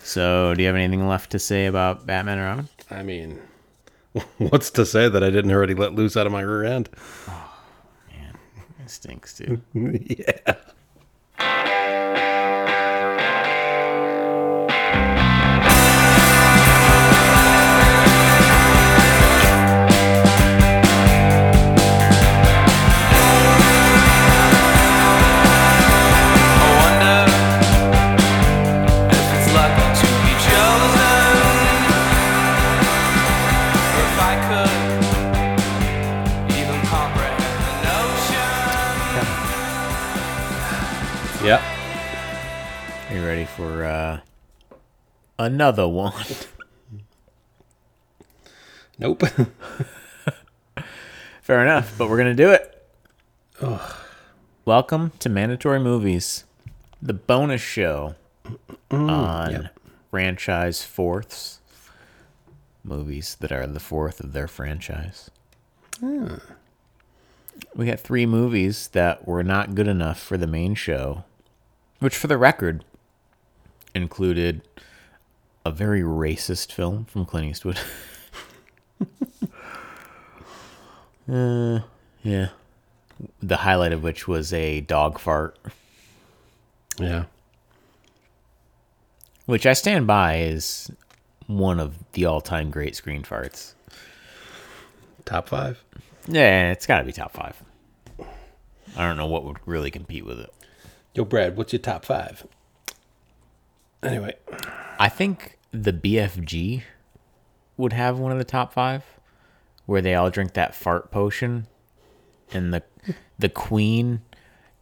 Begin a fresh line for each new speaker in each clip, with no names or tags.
So, do you have anything left to say about Batman and Robin?
I mean, what's to say that I didn't already let loose out of my rear end?
It stinks, dude.
yeah.
I wonder if it's lucky to be chosen, or if I could even comprehend the notion.
Yeah.
Are you ready for uh, another one?
Nope.
Fair enough, but we're gonna do it. Welcome to Mandatory Movies, the bonus show on franchise fourths, movies that are the fourth of their franchise. We got three movies that were not good enough for the main show, which, for the record, included a very racist film from Clint Eastwood. Yeah. The highlight of which was a dog fart,
yeah.
which I stand by is one of the all time great screen farts.
Top five.
Yeah, it's got to be top five. I don't know what would really compete with it.
Yo, Brad, what's your top five? Anyway,
I think the BFG would have one of the top five where they all drink that fart potion and the the queen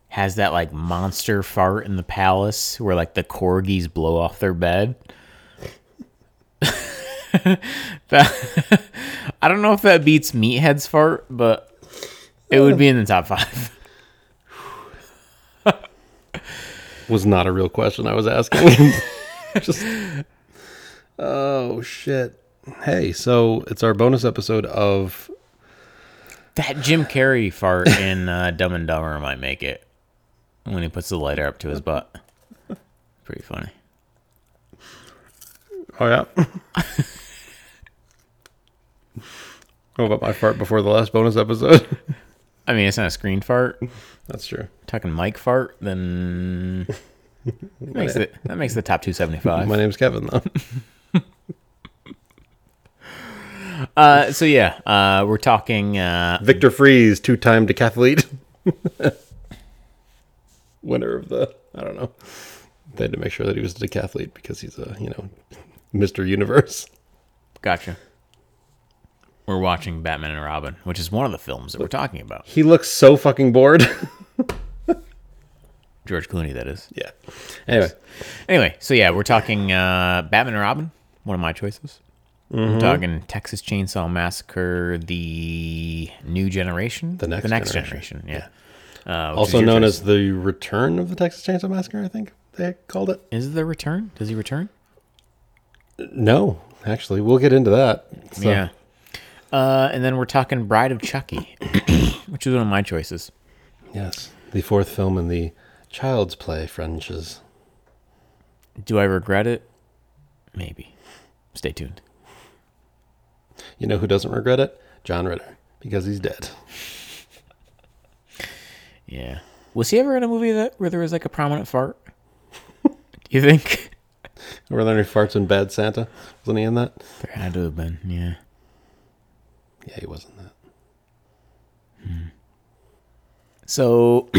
has that like monster fart in the palace where like the corgis blow off their bed. That- I don't know if that beats Meathead's fart, but it would be in the top five.
was not a real question I was asking. Just. Oh shit. Hey, so it's our bonus episode of
That Jim Carrey fart in uh, Dumb and Dumber might make it when he puts the lighter up to his butt. Pretty funny.
Oh yeah. How about my fart before the last bonus episode?
I mean, it's not a screen fart.
That's true.
Talking mic fart, then that makes it that makes the top two seventy
My
five.
name's Kevin though.
Uh, so yeah, uh, we're talking. Uh,
Victor Freeze, two-time decathlete, winner of the I don't know. They had to make sure that he was a decathlete because he's a you know Mr. Universe.
gotcha. We're watching Batman and Robin, which is one of the films that we're talking about.
He looks so fucking bored.
George Clooney, that is.
yeah. Anyway,
Anyway, so yeah, we're talking uh, Batman and Robin, one of my choices.
Mm-hmm.
We're talking Texas Chainsaw Massacre, the new generation,
The next
the next
generation.
generation, yeah. Uh, which is
also
your
known
choice.
as the Return of the Texas Chainsaw Massacre, I think they called it.
is it the return? Does he return?
No, actually, we'll get into that. So,
Yeah. Uh, and then we're talking Bride of Chucky, which is one of my choices.
Yes, the fourth film in the Child's Play franchise.
Do I regret it? Maybe. Stay tuned.
You know who doesn't regret it? John Ritter, because he's dead.
Yeah. Was he ever in a movie that where there was like a prominent fart? Do you think?
Were there any farts in Bad Santa? Wasn't he in that?
There had to have been. Yeah.
Yeah, he wasn't that.
So,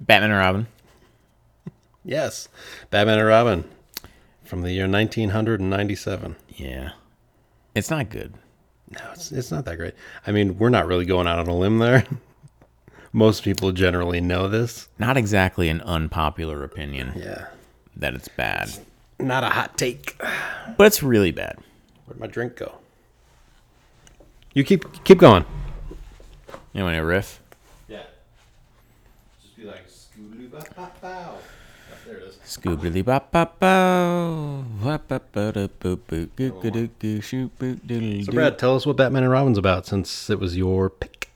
Batman and Robin.
Yes, Batman and Robin from the year 1997.
Yeah. It's not good.
No, it's, it's not that great. I mean, we're not really going out on a limb there. Most people generally know this.
Not exactly an unpopular opinion
Yeah.
that it's bad,
Not a hot take.
but it's really bad.
Where'd my drink go? You keep keep going.
You want to riff?
Yeah. Just be like, scootaloo bop bop bow. There it is.
Scoobily bop bop bow, bop bop bop boop boop goo goo doo goo shoot boot doodle
So,
doo.
Brad, tell us what Batman and Robin's about since it was your pick.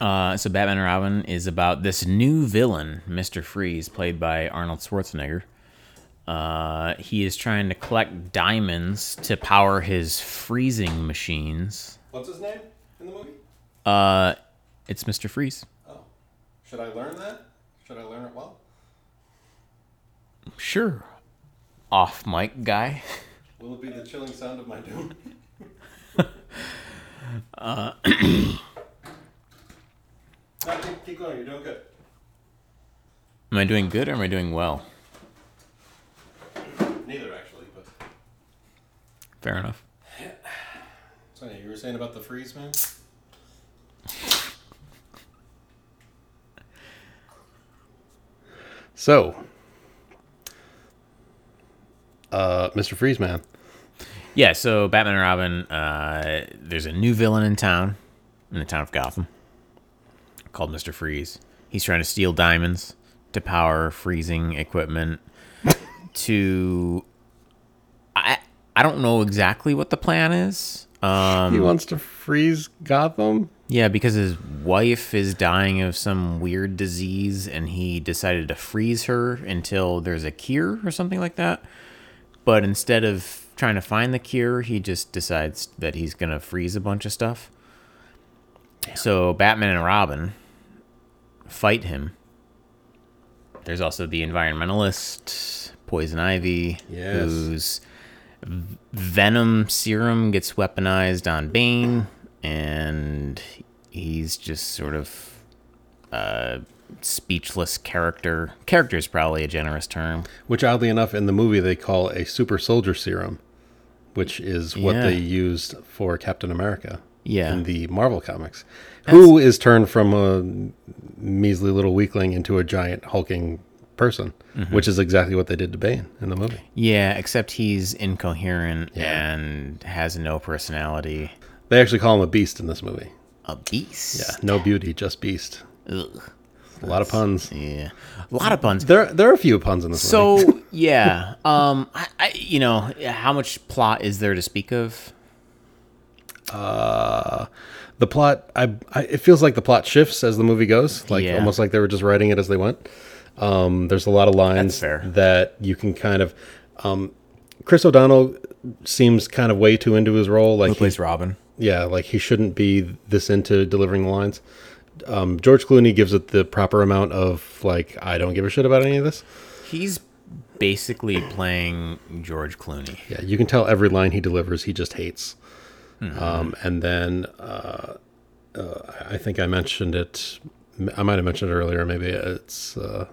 Uh, so Batman and Robin is about this new villain, Mister Freeze, played by Arnold Schwarzenegger, Uh, he is trying to collect diamonds to power his freezing machines.
What's his name in the movie?
Uh, it's Mr. Freeze.
Oh. Should I learn that? Should I learn it well?
Sure. Off mic guy.
Will it be the chilling sound of my doom? uh, keep, keep going. You're doing good.
Am I doing good or am I doing well?
Neither, actually. But
Fair enough.
so anyway, you were saying about the freeze, man. So, uh, Mr. Freeze Man.
Yeah, so Batman and Robin, uh, there's a new villain in town, in the town of Gotham, called Mr. Freeze. He's trying to steal diamonds to power freezing equipment. to, I I don't know exactly what the plan is. Um,
He wants to freeze Gotham.
yeah, because his wife is dying of some weird disease, and he decided to freeze her until there's a cure or something like that. But instead of trying to find the cure, he just decides that he's going to freeze a bunch of stuff. So Batman and Robin fight him. There's also the environmentalist, Poison Ivy,
Yes.
whose v- venom serum gets weaponized on Bane, and he's just sort of a speechless character. Character is probably a generous term.
Which, oddly enough, in the movie they call a super soldier serum, which is what
Yeah.
they used for Captain America
Yeah.
in the Marvel comics, who is turned from a measly little weakling into a giant hulking person,
Mm-hmm.
which is exactly what they did to Bane in the movie.
Yeah, except he's incoherent
Yeah.
and has no personality.
They actually call him a beast in this movie.
A beast.
Yeah, no beauty, just beast.
Yeah. Ugh.
A lot of puns.
Yeah. A lot of puns.
There, there are a few puns in this movie.
So yeah, um, I, I you know how much plot is there to speak of?
The plot, I, I, it feels like the plot shifts as the movie goes, like
Yeah.
almost like they were just writing it as they went. Um, there's a lot of lines
fair.
that you can kind of. Um, Chris O'Donnell seems kind of way too into his role. Like he,
Robin?
yeah, like he shouldn't be this into delivering the lines. Um, George Clooney gives it the proper amount of like I don't give a shit about any of this.
He's basically playing George Clooney.
Yeah, you can tell every line he delivers, he just hates. Um, and then uh, uh, I think I mentioned it. I might have mentioned it earlier. Maybe it's uh,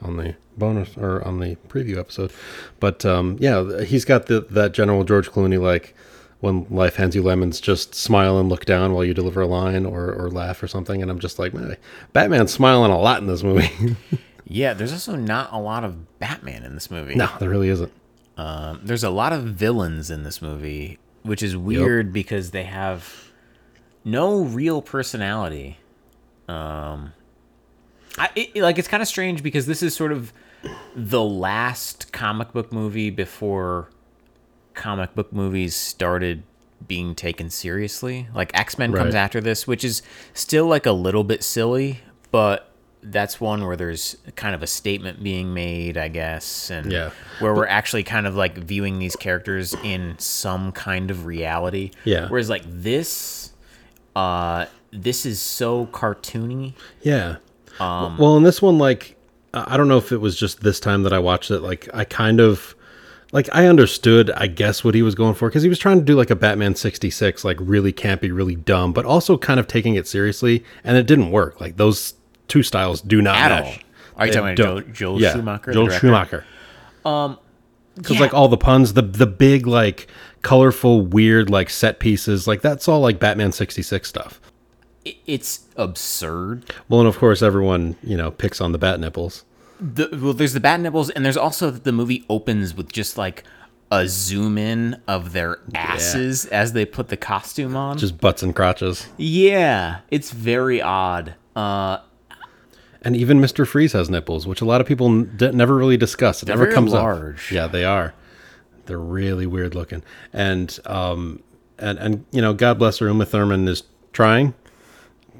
on the bonus or on the preview episode. But um, yeah, he's got the, that general George Clooney like when life hands you lemons, just smile and look down while you deliver a line or, or laugh or something. And I'm just like, man, Batman's smiling a lot in this movie.
Yeah, there's also not a lot of Batman in this movie.
no, there really isn't.
Um, there's a lot of villains in this movie, which is weird because they have no real personality. Um, I, it, like it's kind of strange because this is sort of the last comic book movie before comic book movies started being taken seriously. Like X Men comes
Right.
after this, which is still like a little bit silly, but that's one where there's kind of a statement being made, I guess, and
Yeah.
where we're actually kind of like viewing these characters in some kind of reality.
Yeah.
Whereas like this, uh, this is so cartoony.
Yeah.
Um,
well, in this one, like, I I don't know if it was just this time that I watched it. Like, I kind of, like, I understood, I guess, what he was going for because he was trying to do like a Batman '66, like really campy, really dumb, but also kind of taking it seriously, and it didn't work. Like those two styles do not
At
mesh.
all. Are you
They
talking about
don't-
Joel- Joel Schumacher, the
Joel
director? Um,
Schumacher. Because
Yeah.
like all the puns, the the big like colorful, weird like set pieces, like that's all like Batman '66 stuff.
It- it's absurd.
Well, and of course, everyone you know picks on the bat nipples.
The, well, there's the bat nipples, and there's also that the movie opens with just like a zoom in of their asses as they put the costume on.
just butts and crotches.
yeah, it's very odd. Uh,
And even Mr. Freeze has nipples, which a lot of people n- d- never really discuss. It never
very
comes up.
large.
Yeah, they are. They're really weird looking. And um and and you know, God bless her, Uma Thurman is trying.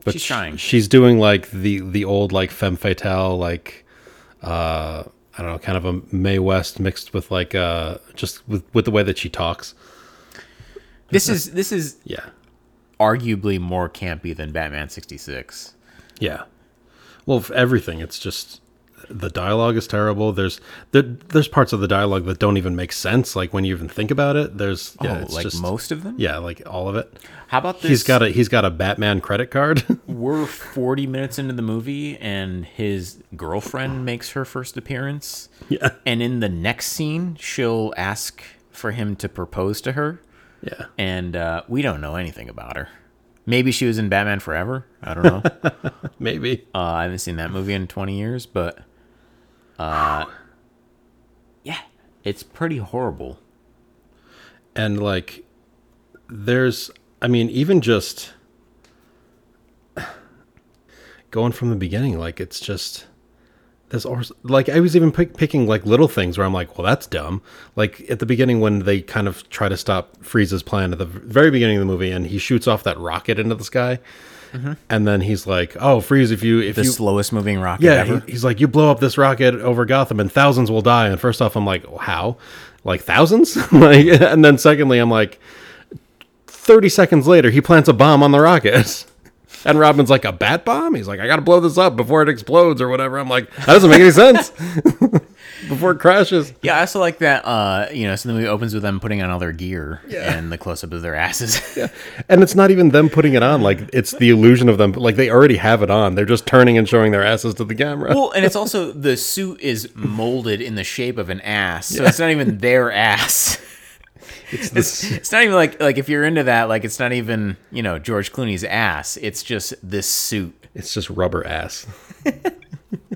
But
She's
sh-
trying.
She's doing like the the old like femme fatale like uh I don't know, kind of a May West mixed with like uh just with with the way that she talks.
This is this is
Yeah.
arguably more campy than Batman sixty six.
Yeah. Well, for everything it's just the dialogue is terrible. There's there, there's parts of the dialogue that don't even make sense like when you even think about it. There's yeah,
oh,
it's
like
just
most of them.
yeah, like all of it.
How about this?
He's got a he's got a Batman credit card.
We're forty minutes into the movie, and his girlfriend makes her first appearance.
yeah.
And in the next scene, she'll ask for him to propose to her,
Yeah.
and uh, we don't know anything about her. Maybe she was in Batman Forever. I don't know. uh,
Maybe.
I haven't seen that movie in 20 years, but uh, yeah, it's pretty horrible.
and like there's i mean even just going from the beginning like it's just there's always like i was even pick, picking like little things where i'm like well that's dumb like at the beginning when they kind of try to stop frieza's plan at the very beginning of the movie and he shoots off that rocket into the sky and then he's like oh freeze if you if
The
you
slowest moving rocket
yeah,
ever.
he- he's like, you blow up this rocket over Gotham and thousands will die. And first off, I'm like, how? Like thousands? like, and then secondly, I'm like, thirty seconds later, he plants a bomb on the rocket. And Robin's like a bat bomb. He's like, I gotta blow this up before it explodes or whatever. I'm like, that doesn't make any sense. before it crashes.
yeah, I also like that. Uh, you know, so the movie opens with them putting on all their gear and the close up of their asses.
And it's not even them putting it on. Like it's the illusion of them. Like they already have it on. They're just turning and showing their asses to the camera.
Well, and it's also the suit is molded in the shape of an ass, so it's not even their ass. It's, it's not even like like if you're into that, like it's not even you know George Clooney's ass. It's just this suit.
It's just rubber ass.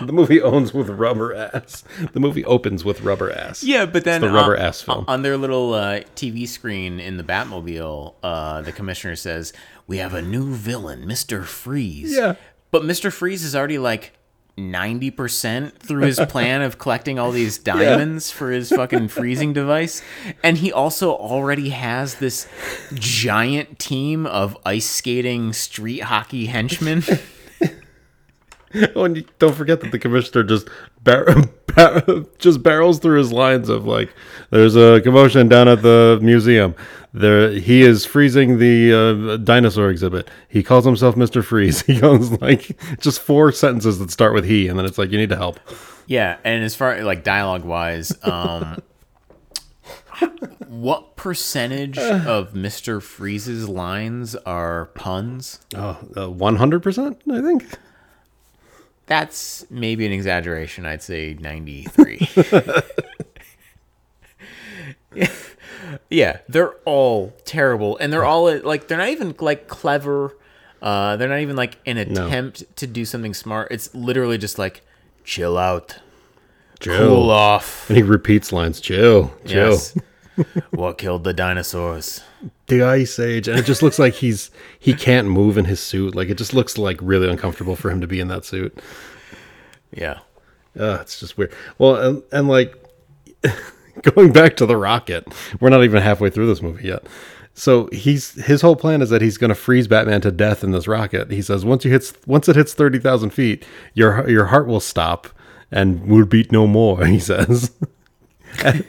the movie owns with rubber ass. The movie opens with rubber ass.
Yeah, but then
the rubber ass film.
on their little uh, TV screen in the Batmobile, uh, the commissioner says, "We have a new villain, Mister Freeze."
Yeah.
but Mister Freeze is already like. 90% through his plan of collecting all these diamonds for his fucking freezing device. And he also already has this giant team of ice skating street hockey henchmen.
Oh, and you, don't forget that the commissioner just bar- bar- just barrels through his lines of like, "There's a commotion down at the museum. There, he is freezing the uh, dinosaur exhibit. He calls himself Mister Freeze. He goes like just four sentences that start with he, and then it's like you need to help.
Yeah, and as far like dialogue wise, um what percentage of Mr. Freeze's lines are puns?
Oh, one hundred percent, I think.
That's maybe an exaggeration. I'd say 93. yeah, they're all terrible and they're all like they're not even like clever. Uh they're not even like an attempt to do something smart. It's literally just like chill out, cool off.
And he repeats lines, chill, chill.
Yes. what killed the dinosaurs?
The Ice Age. And it just looks like he's he can't move in his suit. Like it just looks like really uncomfortable for him to be in that suit.
Yeah.
Uh, it's just weird. Well, and, and like going back to the rocket, we're not even halfway through this movie yet. So he's his whole plan is that he's going to freeze Batman to death in this rocket. He says once you hits once it hits thirty thousand feet, your your heart will stop and will beat no more. He says, and,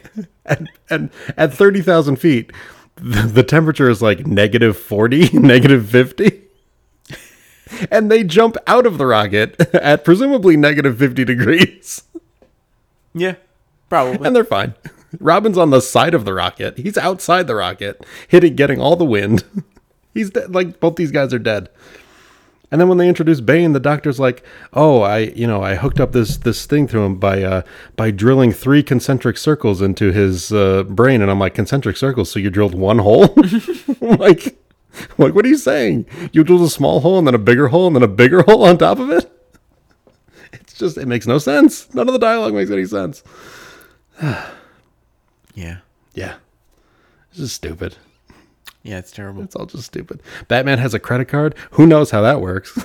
and, and at thirty thousand feet, the, the temperature is like negative forty, negative fifty and they jump out of the rocket at presumably negative 50 degrees
Yeah. Probably.
and they're fine robin's on the side of the rocket he's outside the rocket hitting getting all the wind he's dead like both these guys are dead and then when they introduce bane the doctor's like oh i you know i hooked up this this thing through him by uh by drilling three concentric circles into his uh, brain and i'm like concentric circles so you drilled one hole I'm like like what are you saying you drilled a small hole and then a bigger hole and then a bigger hole on top of it it's just it makes no sense none of the dialogue makes any sense
yeah.
yeah. It's just stupid.
Yeah, it's terrible.
It's all just stupid. Batman has a credit card. Who knows how that works?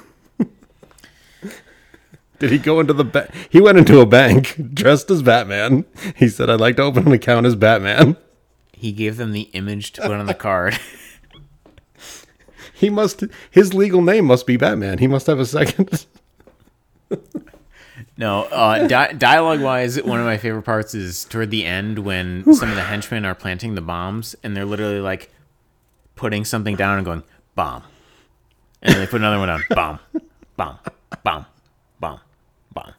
Did he go into the bank? He went into a bank dressed as Batman. He said, I'd like to open an account as Batman.
He gave them the image to put on the card.
He must, his legal name must be Batman. He must have a second.
No, uh, di- dialogue wise, one of my favorite parts is toward the end when some of the henchmen are planting the bombs and they're literally like putting something down and going, bomb. And then they put another one on, bomb, bomb, bomb, bomb, bomb.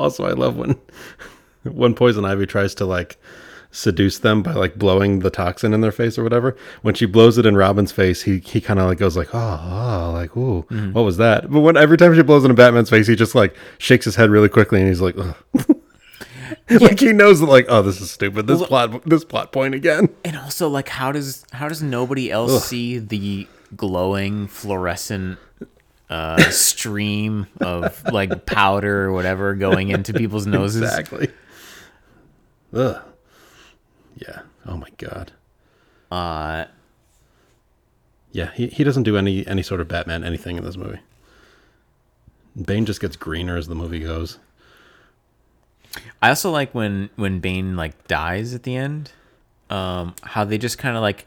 Also, I love when when poison ivy tries to like seduce them by like blowing the toxin in their face or whatever. When she blows it in Robin's face, he he kind of like goes like oh, oh like ooh what was that? But when every time she blows it in Batman's face, he just like shakes his head really quickly and he's like. "Ugh." like he knows that like oh this is stupid this plot this plot point again
And also, like, how does how does nobody else see the glowing fluorescent uh, stream of like powder or whatever going into people's noses?
exactly Ugh. yeah oh my god
Uh,
Yeah, he, he doesn't do any any sort of Batman anything in this movie. Bane just gets greener as the movie goes.
I also like when when Bane like dies at the end. Um, how they just kind of like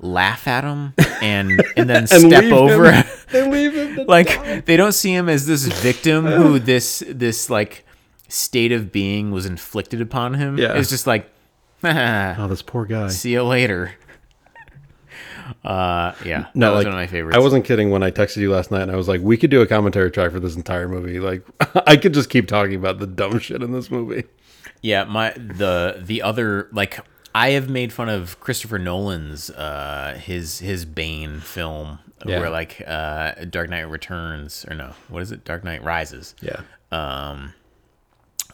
laugh at him and and then step over.
They leave him. to-
like they don't see him as this victim who this this like state of being was inflicted upon him.
Yeah.
It's just like
oh, this poor guy.
see you later. Uh, yeah, that was one of my favorites.
I wasn't kidding when I texted you last night, and I was like, "We could do a commentary track for this entire movie. Like, I could just keep talking about the dumb shit in this movie."
Yeah, my the the other like I have made fun of Christopher Nolan's uh his his Bane film
Yeah.
where like uh Dark Knight Returns or no, what is it? Dark Knight Rises.
Yeah,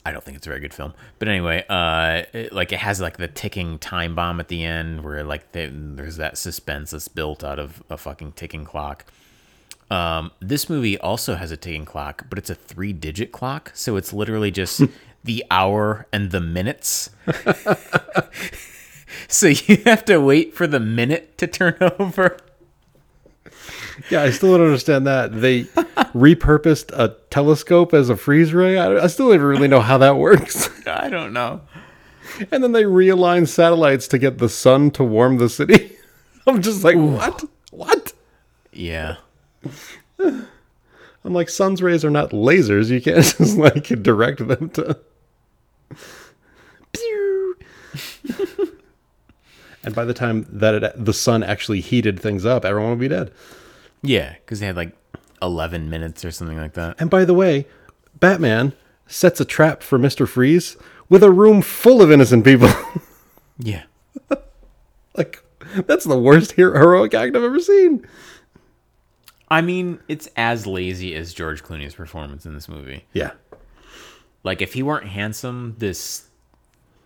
I don't think it's a very good film. But anyway, uh it, like it has like the ticking time bomb at the end where like the, there's that suspense that's built out of a fucking ticking clock. Um, this movie also has a ticking clock, but it's a three digit clock. So it's literally just the hour and the minutes. so you have to wait for the minute to turn over.
yeah. I still don't understand that they repurposed a telescope as a freeze ray. I, I still don't even really know how that works.
I don't know.
And then they realign satellites to get the sun to warm the city. I'm just like, what? What?
Yeah.
I'm like, sun's rays are not lasers. You can't just like direct them to. Pew. and by the time that it, the sun actually heated things up, everyone will be dead.
Yeah. Because they had like 11 minutes or something like that.
And by the way, Batman sets a trap for Mister Freeze with a room full of innocent people.
Yeah.
like, that's the worst hero- heroic act I've ever seen.
I mean, it's as lazy as George Clooney's performance in this movie.
Yeah,
Like if he weren't handsome, this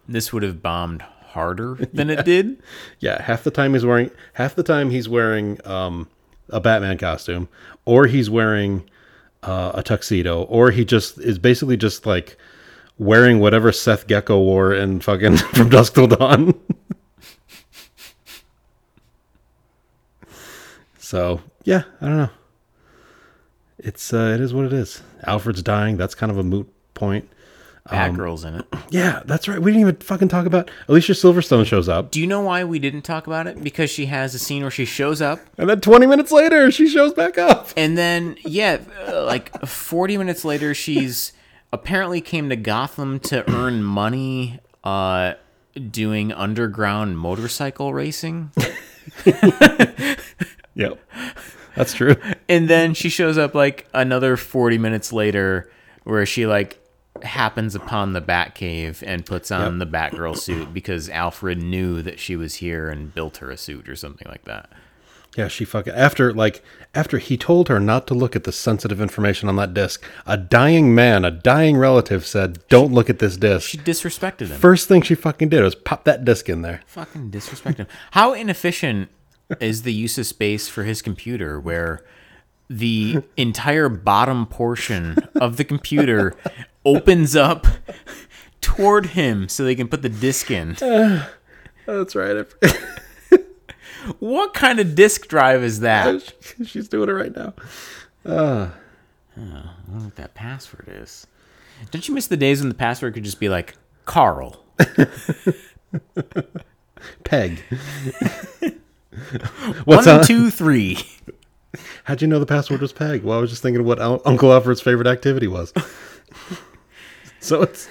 this would have bombed harder than it did.
Yeah, half the time he's wearing half the time he's wearing um, a Batman costume, or he's wearing uh, a tuxedo, or he just is basically just like wearing whatever Seth Gecko wore in fucking From Dusk Till Dawn. so yeah, I don't know. It's uh, it is what it is. Alfred's dying. That's kind of a moot point.
Batgirl's in it.
Yeah, that's right. We didn't even fucking talk about Alicia Silverstone shows up.
Do you know why we didn't talk about it? Because she has a scene where she shows up
And then 20 minutes later, she shows back up.
and then yeah, uh, like 40 minutes later she's apparently came to Gotham to earn money uh doing underground motorcycle racing.
Yep. That's true.
and then she shows up like another 40 minutes later where she like happens upon the Batcave and puts on the Batgirl suit because Alfred knew that she was here and built her a suit or something like that.
Yeah, she fucking after like after he told her not to look at the sensitive information on that disc, a dying man, a dying relative said, "Don't look at this disc."
She disrespected him.
First thing she fucking did was pop that disc in there.
Fucking disrespect him. How inefficient is the use of space for his computer where the entire bottom portion of the computer opens up toward him so they can put the disc in?
That's right.
What kind of disc drive is that?
She's doing it right now.
I don't know what that password is. Don't you miss the days when the password could just be like Carl
Peg. What's
one
on?
two three?
How'd you know the password was Peg? Well, I was just thinking of what Al- Uncle Alfred's favorite activity was. so it's.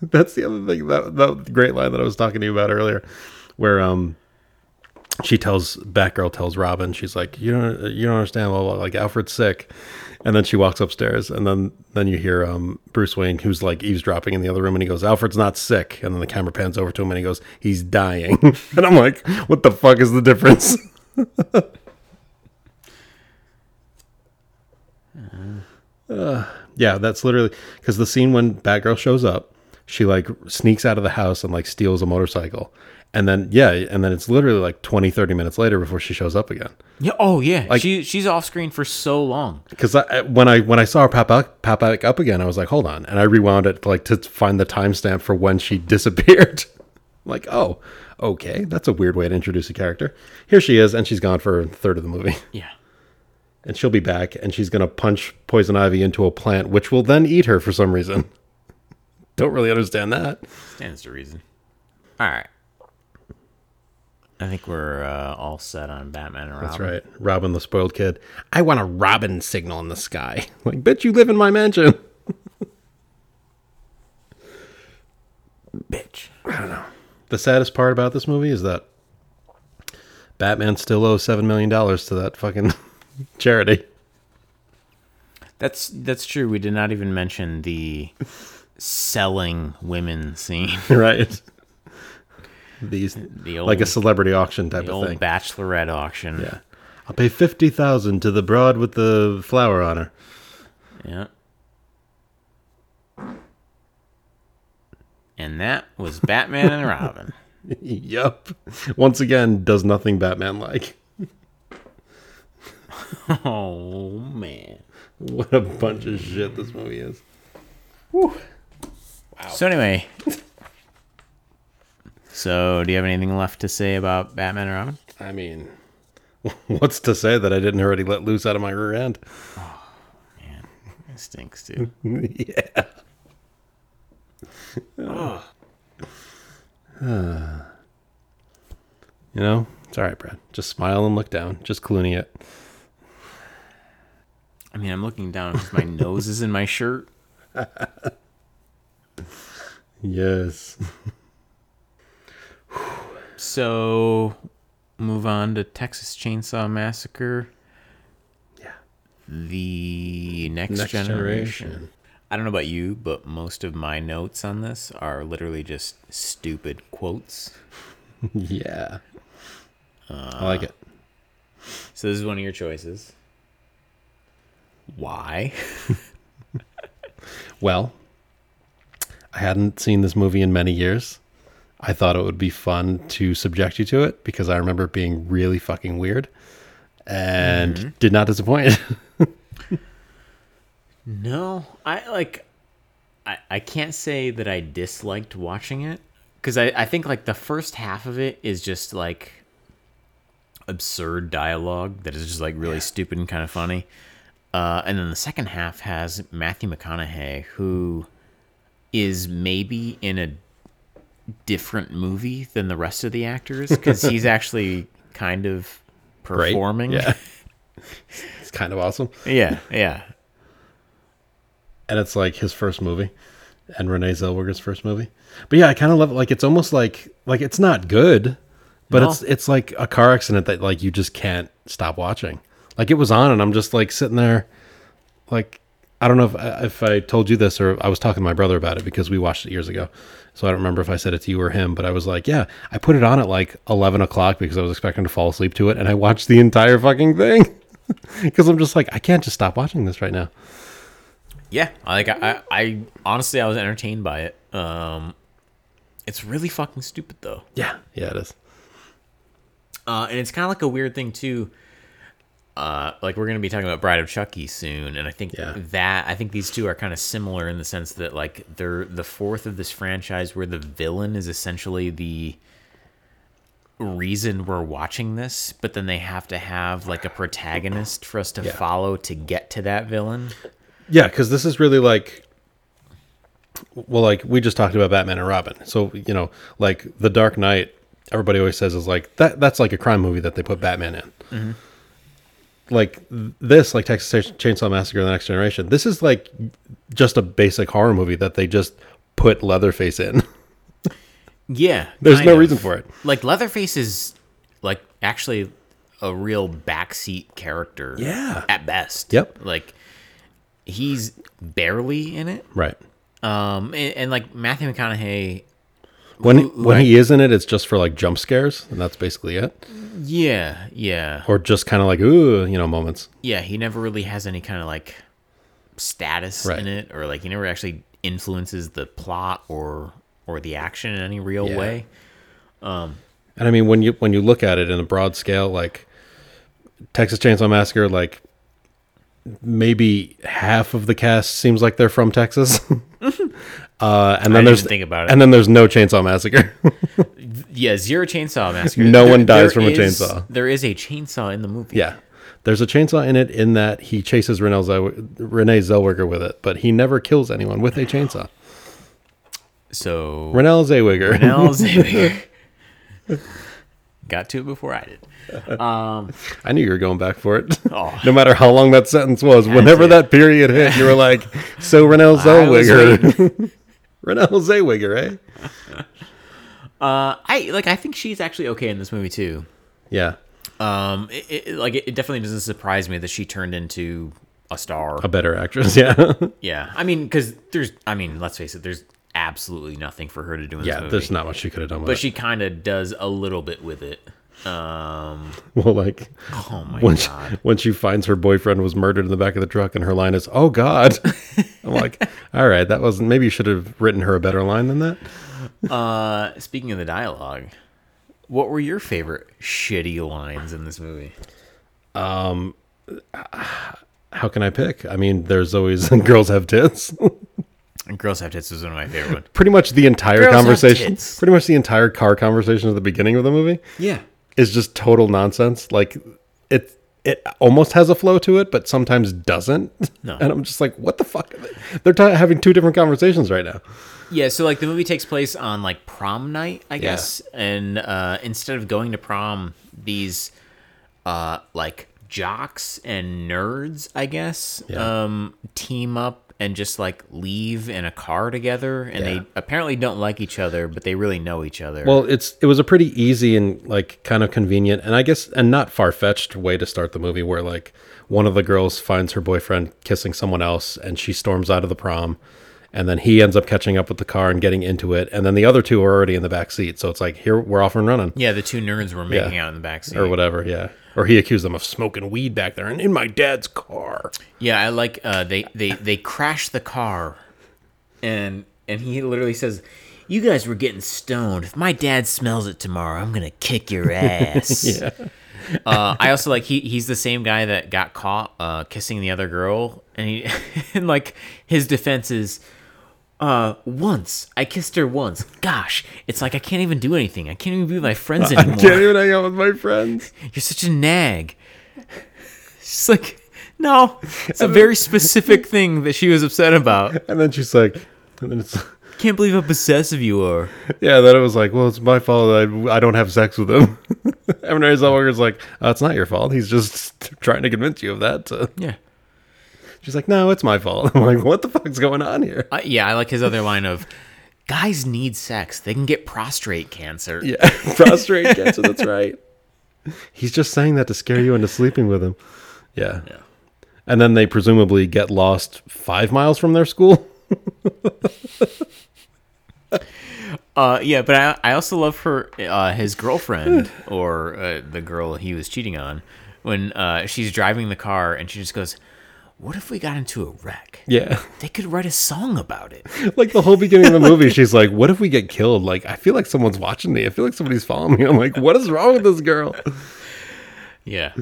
That's the other thing that that great line that I was talking to you about earlier, where um, she tells Batgirl tells Robin, she's like, you don't you don't understand, blah, blah, blah, like Alfred's sick, and then she walks upstairs, and then then you hear um Bruce Wayne who's like eavesdropping in the other room, and he goes, Alfred's not sick, and then the camera pans over to him, and he goes, he's dying, and I'm like, what the fuck is the difference? Yeah, that's literally because the scene when Batgirl shows up, she like sneaks out of the house and like steals a motorcycle. And then, yeah, and then it's literally like 20, 30 minutes later before she shows up again.
Yeah. Oh yeah. she she's off screen for so long.
Because I, when I when I saw her pop up, pop back up again, I was like, hold on, and I rewound it like to find the timestamp for when she disappeared. like, oh, okay, that's a weird way to introduce a character. Here she is, and she's gone for a third of the movie.
Yeah.
and she'll be back and she's going to punch poison ivy into a plant which will then eat her for some reason don't really understand that
Stands to reason. All right. I think we're uh, all set on Batman and Robin.
that's right robin the spoiled kid i want a robin signal in the sky like bitch you live in my mansion
Bitch.
the saddest part about this movie is that batman still owes seven million dollars to that fucking charity
That's that's true. We did not even mention the selling women scene.
right these
The old
like a celebrity auction type
the
of
old
thing
bachelorette auction.
yeah i'll pay 50000 to the broad with the flower on her
Yeah. And that was Batman and Robin.
Yep. Once again, does nothing Batman like.
Oh man.
What a bunch of shit this movie is.
So anyway. So, do you have anything left to say about Batman and Robin?
I mean, what's to say that I didn't already let loose out of my rear end?
It stinks too.
yeah. you know, it's all right, Brad. Just smile and look down. Just Clooney it.
I mean, I'm looking down because my nose is in my shirt.
Yes.
So, move on to Texas Chainsaw Massacre.
Yeah.
The next,
Next
generation.
generation.
I don't know about you, but most of my notes on this are literally just stupid quotes.
Yeah. I like it.
So this is one of your choices. Why?
Well, I hadn't seen this movie in many years. I thought it would be fun to subject you to it because I remember it being really fucking weird and did not disappoint.
No, I like. I I can't say that I disliked watching it because I I think like the first half of it is just like absurd dialogue that is just like really stupid and kind of funny, uh, and then the second half has Matthew McConaughey who is maybe in a different movie than the rest of the actors because he's actually kind of performing.
Yeah. it's kind of awesome.
yeah, yeah.
And it's like his first movie and Renee Zellweger's first movie. But yeah, I kind of love it. Like it's almost like like it's not good, but
No.
it's it's like a car accident that like you just can't stop watching. Like it was on and I'm just like sitting there like I don't know if I, if I told you this or I was talking to my brother about it because we watched it years ago. So I don't remember if I said it to you or him, but I was like, yeah, I put it on at like 11 o'clock because I was expecting to fall asleep to it. And I watched the entire fucking thing because I'm just like, I can't just stop watching this right now.
yeah like I, I i honestly i was entertained by it um it's really fucking stupid though
Yeah. Yeah, it is.
uh and it's kind of like a weird thing too uh like we're gonna be talking about bride of chucky soon and i think
Yeah.
that i think these two are kind of similar in the sense that like they're the fourth of this franchise where the villain is essentially the reason we're watching this but then they have to have like a protagonist for us to follow to get to that villain
Yeah, because this is really like, well, like we just talked about Batman and Robin. So you know, like the Dark Knight everybody always says is like that that's like a crime movie that they put Batman in.
Mm-hmm.
Like th- this, like Texas Ch- Chainsaw Massacre: The Next Generation. This is like just a basic horror movie that they just put Leatherface in.
Yeah.
There's
kind
no
of.
reason for it.
Like Leatherface is like actually a real backseat character.
Yeah.
At best.
Yep.
Like he's barely in it.
Right.
Um and, and like Matthew McConaughey
When
who
when
I-
he is in it, it's just for like jump scares, and that's basically it,
yeah, yeah.
or just kind of like ooh, you know, moments.
Yeah, he never really has any kind of like status
Right.
in it or like he never actually influences the plot or or the action in any real
Yeah.
way.
And I mean, when you when you look at it in a broad scale, like Texas Chainsaw Massacre, like maybe half of the cast seems like they're from Texas. uh, and then
didn't
there's
even think about it.
And then there's no Chainsaw Massacre.
Yeah, zero chainsaw massacre.
No one dies from a
is-
chainsaw.
There is a chainsaw in the movie.
yeah, there's a chainsaw in it in that he chases Renee, Zell- Renee Zellweger with it, but he never kills anyone with a chainsaw.
So
Renee Zellweger.
Nell Xavier. Got to it before I did.
I knew you were going back for it.
Oh.
no matter how long that sentence was, whenever
to.
that period hit, you were like, "So Renelle
I was
Zellweger, Renelle Zellweger, eh?"
Uh, I like. I think she's actually okay in this movie too.
Yeah,
Um, it, it, like it, it definitely doesn't surprise me that she turned into a star.
a better actress. Yeah,
yeah, I mean, because there's. I mean, let's face it. There's absolutely nothing for her to do in
yeah.
this movie.
There's not much she could have done with
but
it.
she kind of does a little bit with it. Um,
well, like
oh my
when
god.
she, when she finds her boyfriend was murdered in the back of the truck, and her line is, "Oh God." I'm like, all right, that wasn't. Maybe you should have written her a better line than that.
Uh, speaking of the dialogue, what were your favorite shitty lines in this movie?
How can I pick? I mean, there's always girls have tits.
Girls have tits was one of my favorite ones.
pretty much the entire
Girls have
conversation.
tits.
Pretty much the entire car conversation at the beginning of the movie.
Yeah.
is just total nonsense. Like it it almost has a flow to it, but sometimes doesn't.
No.
And I'm just like, what the fuck? They're ta having two different conversations right now.
Yeah, so like the movie takes place on like prom night, I guess, and uh, instead of going to prom, these uh, like jocks and nerds, I guess,
Yeah.
um, team up and just like leave in a car together, and
Yeah.
they apparently don't like each other, but they really know each other.
Well, it's it was a pretty easy and like kind of convenient and I guess and not far fetched way to start the movie where like one of the girls finds her boyfriend kissing someone else and she storms out of the prom and then he ends up catching up with the car and getting into it and then the other two are already in the back seat so it's like here we're off and running
yeah, the two nerds were making out in the backseat.
or whatever yeah or he accused them of smoking weed back there and in my dad's car
Yeah, I like uh, they they they crash the car, and and he literally says, "You guys were getting stoned. If my dad smells it tomorrow, I'm gonna kick your ass." yeah. Uh, I also like he he's the same guy that got caught uh, kissing the other girl, and he and like his defense is. Uh, once I kissed her once. Gosh, it's like I can't even do anything. I can't even be with my friends anymore.
Can't even hang out with my friends.
You're such a nag. She's like, no. It's a very specific thing that she was upset about.
And then she's like, and then it's,
Can't believe how possessive you are.
yeah, then it was like, well, it's my fault. that I, I don't have sex with him. and Renee Zellweger's like, oh, it's not your fault. He's just trying to convince you of that. So
Yeah.
she's like, no, it's my fault. I'm like, what the fuck's going on here?
I yeah, I like his other line of, guys need sex. They can get prostate cancer.
Yeah, prostrate cancer. That's right. He's just saying that to scare you into sleeping with him. Yeah. And then they presumably get lost five miles from their school.
Uh, yeah, but I, I also love her, uh, his girlfriend or uh, the girl he was cheating on when uh, she's driving the car and she just goes, what if we got into a wreck?
Yeah.
They could write a song about it.
Like the whole beginning of the movie, she's like, "What if we get killed? Like, I feel like someone's watching me. I feel like somebody's following me. I'm like, what is wrong with this girl?
Yeah.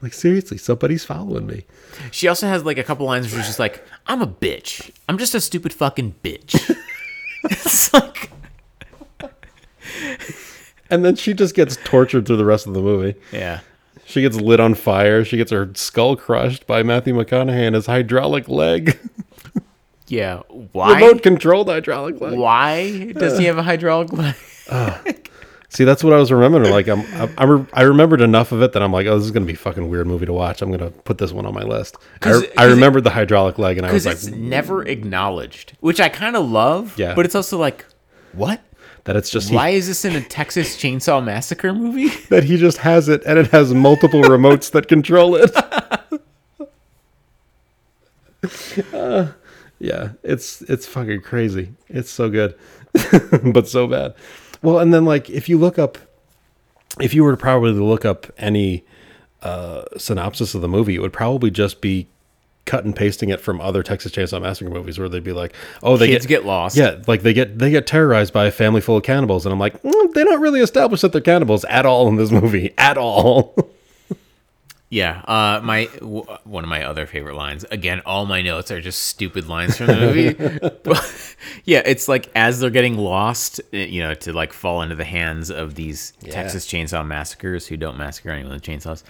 Like, seriously, somebody's following me.
She also has like a couple lines where she's just like, "I'm a bitch. I'm just a stupid fucking bitch." it's like,
And then she just gets tortured through the rest of the movie.
yeah,
She gets lit on fire. She gets her skull crushed by Matthew McConaughey and his hydraulic leg,
yeah. Why?
remote controlled hydraulic leg.
Why does he have a hydraulic leg?
See, that's what I was remembering. Like, I'm, I'm, I re- I remembered enough of it that I'm like, oh, this is gonna be a fucking weird movie to watch. I'm gonna put this one on my list. I,
'Cause-
re- I
'cause it-
remembered the hydraulic leg, and I was
because
like,
it's never acknowledged, which I kind of love.
Yeah.
but it's also like, what?
that it's just he-
Why is this in a Texas Chainsaw Massacre movie?
that he just has it, and it has multiple remotes that control it. Uh, yeah, it's it's fucking crazy. It's so good, but so bad. Well, and then like if you look up, if you were to probably look up any uh, synopsis of the movie, it would probably just be cut and pasting it from other Texas Chainsaw Massacre movies, where they'd be like, "Oh, they
Kids get lost.
yeah, like they get they get terrorized by a family full of cannibals, and I'm like, mm, they don't really establish that they're cannibals at all in this movie, at all.
Yeah, uh, my w- one of my other favorite lines. Again, all my notes are just stupid lines from the movie. But, yeah, it's like as they're getting lost, eh, you know, to like fall into the hands of these Texas Chainsaw Massacres who don't massacre anyone with chainsaws.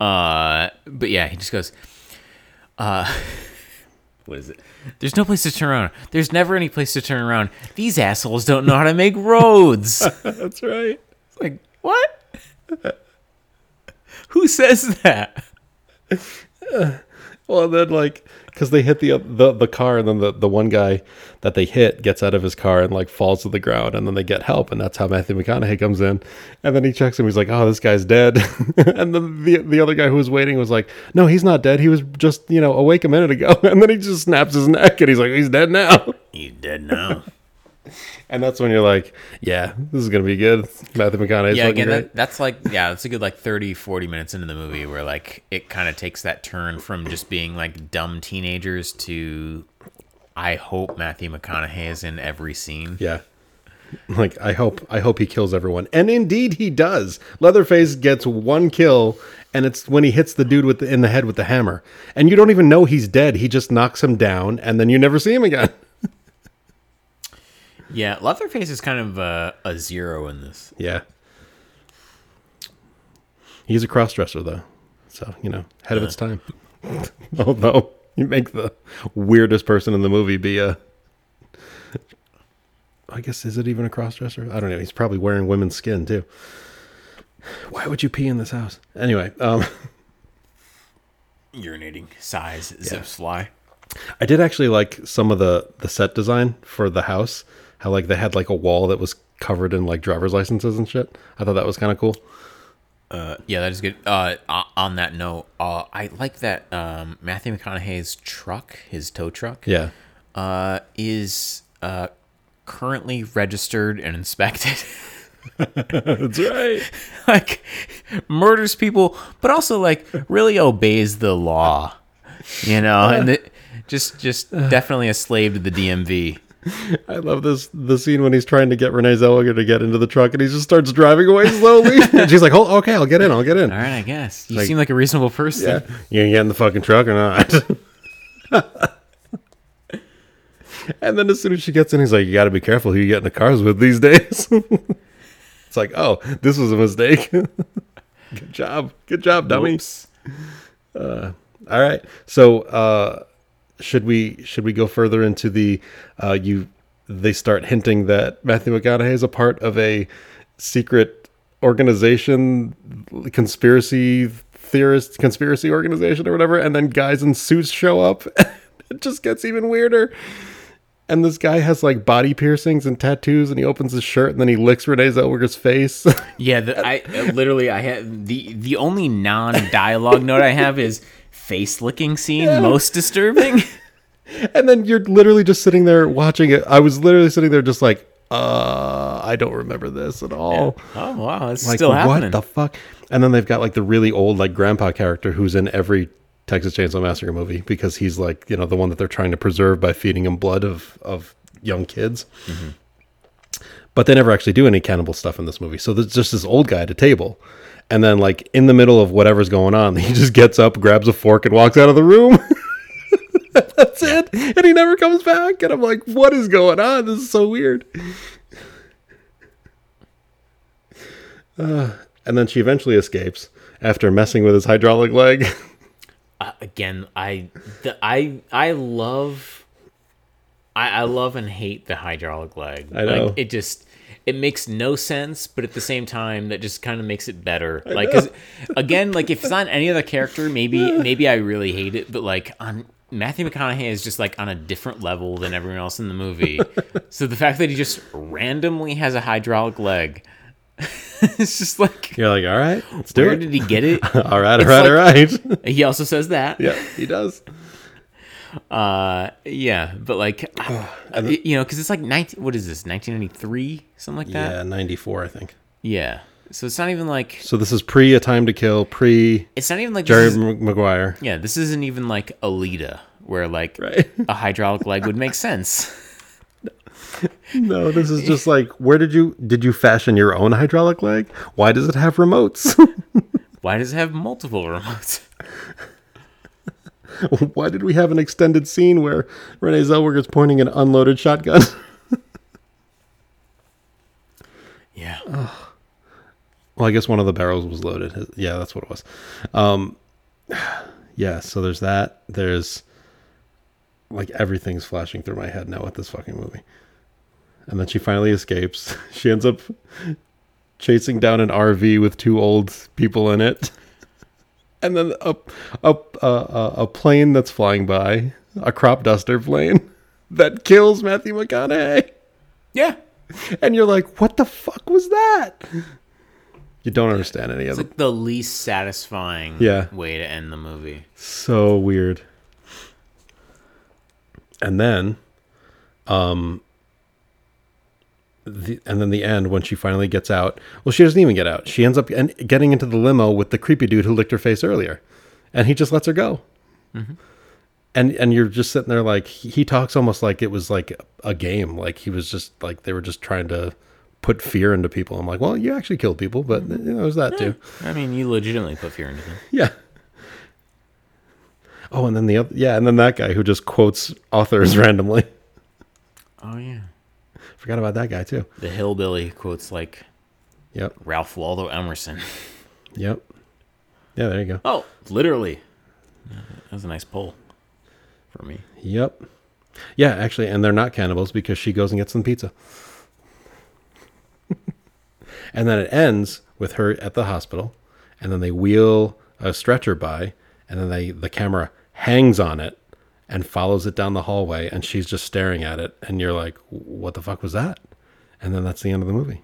Uh, but yeah, he just goes, uh, "What is it? There's no place to turn around. There's never any place to turn around. These assholes don't know how to make roads."
That's right.
Like, what? Who says that?
Well, and then like because they hit the the the car, and then the the one guy that they hit gets out of his car and like falls to the ground, and then they get help, and that's how Matthew McConaughey comes in, and then he checks him, he's like, oh, this guy's dead, and then the the other guy who was waiting was like, no, he's not dead, he was just you know awake a minute ago, and then he just snaps his neck, and he's like, he's dead now.
You dead now.
And that's when you're like, yeah, this is going to be good. Matthew McConaughey's
yeah,
looking
again,
great.
that, that's like, yeah, that's a good like 30, 40 minutes into the movie where like it kind of takes that turn from just being like dumb teenagers to I hope Matthew McConaughey is in every scene.
yeah. Like I hope I hope he kills everyone. And indeed he does. Leatherface gets one kill and it's when he hits the dude with the, in the head with the hammer. And you don't even know he's dead. He just knocks him down and then you never see him again.
Yeah, Leatherface is kind of a, a zero in this.
Yeah. He's a crossdresser though. So, you know, ahead of its time. Although you make the weirdest person in the movie be a I guess is it even a crossdresser? I don't know. He's probably wearing women's skin too. Why would you pee in this house? Anyway, um
Urinating size zips fly.
I did actually like some of the the set design for the house. How like they had like a wall that was covered in like driver's licenses and shit. I thought that was kind of cool.
Yeah, that is good. Uh, o- on that note, uh, I like that um, Matthew McConaughey's truck, his tow truck,
Yeah.
uh, is uh, currently registered and inspected.
That's right.
like murders people, but also like really obeys the law, you know, and it, just just definitely a slave to the DMV.
I love this the scene when he's trying to get Renee Zellweger to get into the truck and he just starts driving away slowly. and she's like, "Oh, okay, I'll get in. I'll get in."
All right, I guess you
Like-
seem like a reasonable person.
Yeah, you gonna get in the fucking truck or not? and then as soon as she gets in, he's like, "You got to be careful who you get in the cars with these days." it's like, "Oh, this was a mistake." Good job. Good job, dummy. Uh, all right. So, uh should we should we go further into the uh you they start hinting that Matthew McConaughey is a part of a secret organization conspiracy theorist conspiracy organization or whatever and then guys in suits show up it just gets even weirder and this guy has like body piercings and tattoos and he opens his shirt and then he licks Renee Zellweger's face
Yeah, the, I literally I had the the only non dialogue note I have is face licking scene most disturbing.
and then you're literally just sitting there watching it I was literally sitting there just like uh I don't remember this at all
oh wow, it's
like
still happening.
what the fuck and then they've got like the really old like grandpa character who's in every texas chainsaw massacre movie because he's like you know the one that they're trying to preserve by feeding him blood of of young kids
Mm-hmm.
but they never actually do any cannibal stuff in this movie so there's just this old guy at a table and then like in the middle of whatever's going on he just gets up grabs a fork and walks out of the room that's it and he never comes back and i'm like what is going on this is so weird and then she eventually escapes after messing with his hydraulic leg
again i the, i i love I, I love and hate the hydraulic leg.
I know.
Like, it just it makes no sense, but at the same time, that just kind of makes it better. Like, 'cause, again, like if it's on any other character, maybe maybe I really hate it, but like on Matthew McConaughey is just like on a different level than everyone else in the movie. so the fact that he just randomly has a hydraulic leg, it's just like
You're like, all right, let's do
where
it.
did he get it?
all right, all
It's
right, all right.
He also says that.
yeah, he does.
Uh, yeah, but like, I- y- you know, because it's like 19, what is this, 1993? Something like that?
Yeah, 94, I think.
Yeah. So it's not even like,
So this is pre A Time to Kill, pre
it's not even like,
Jerry
this is-
M- Maguire.
yeah, this isn't even like Alita, where like
Right.
a hydraulic leg would make sense.
No, this is just like, where did you did you fashion your own hydraulic leg? Why does it have remotes?
Why does it have multiple remotes?
Why did we have an extended scene where Renee Zellweger's pointing an unloaded shotgun?
Yeah.
well, I guess one of the barrels was loaded. Yeah, that's what it was. Um, yeah, so there's that. There's like everything's flashing through my head now with this fucking movie. And then she finally escapes. She ends up chasing down an RV with two old people in it. And then a a a, a, a plane that's flying by, a crop duster plane that kills Matthew McConaughey
Yeah.
and you're like, what the fuck was that? You don't understand any
It's
of it.
like the least satisfying
Yeah.
way to end the movie.
So weird. And then, um, the, and then the end when she finally gets out. Well, she doesn't even get out. She ends up en- getting into the limo with the creepy dude who licked her face earlier, and he just lets her go. And and you're just sitting there like he he talks almost like it was like a game, like he was just like they were just trying to put fear into people. I'm like, well, you actually killed people, but you know, there's that too.
I mean, you legitimately put fear into them.
Yeah. Oh, and then the other, yeah, and then that guy who just quotes authors randomly.
Oh, yeah.
Forgot about that guy too.
The hillbilly quotes like
Yep,
Ralph Waldo Emerson.
yep. Yeah, there you go.
Oh, literally. That was a nice pull for me.
Yep. Yeah, actually, and they're not cannibals because she goes and gets some pizza. and then it ends with her at the hospital, and then they wheel a stretcher by, and then they the camera hangs on it and follows it down the hallway, and she's just staring at it, and you're like, "What the fuck was that?" And then that's the end of the movie.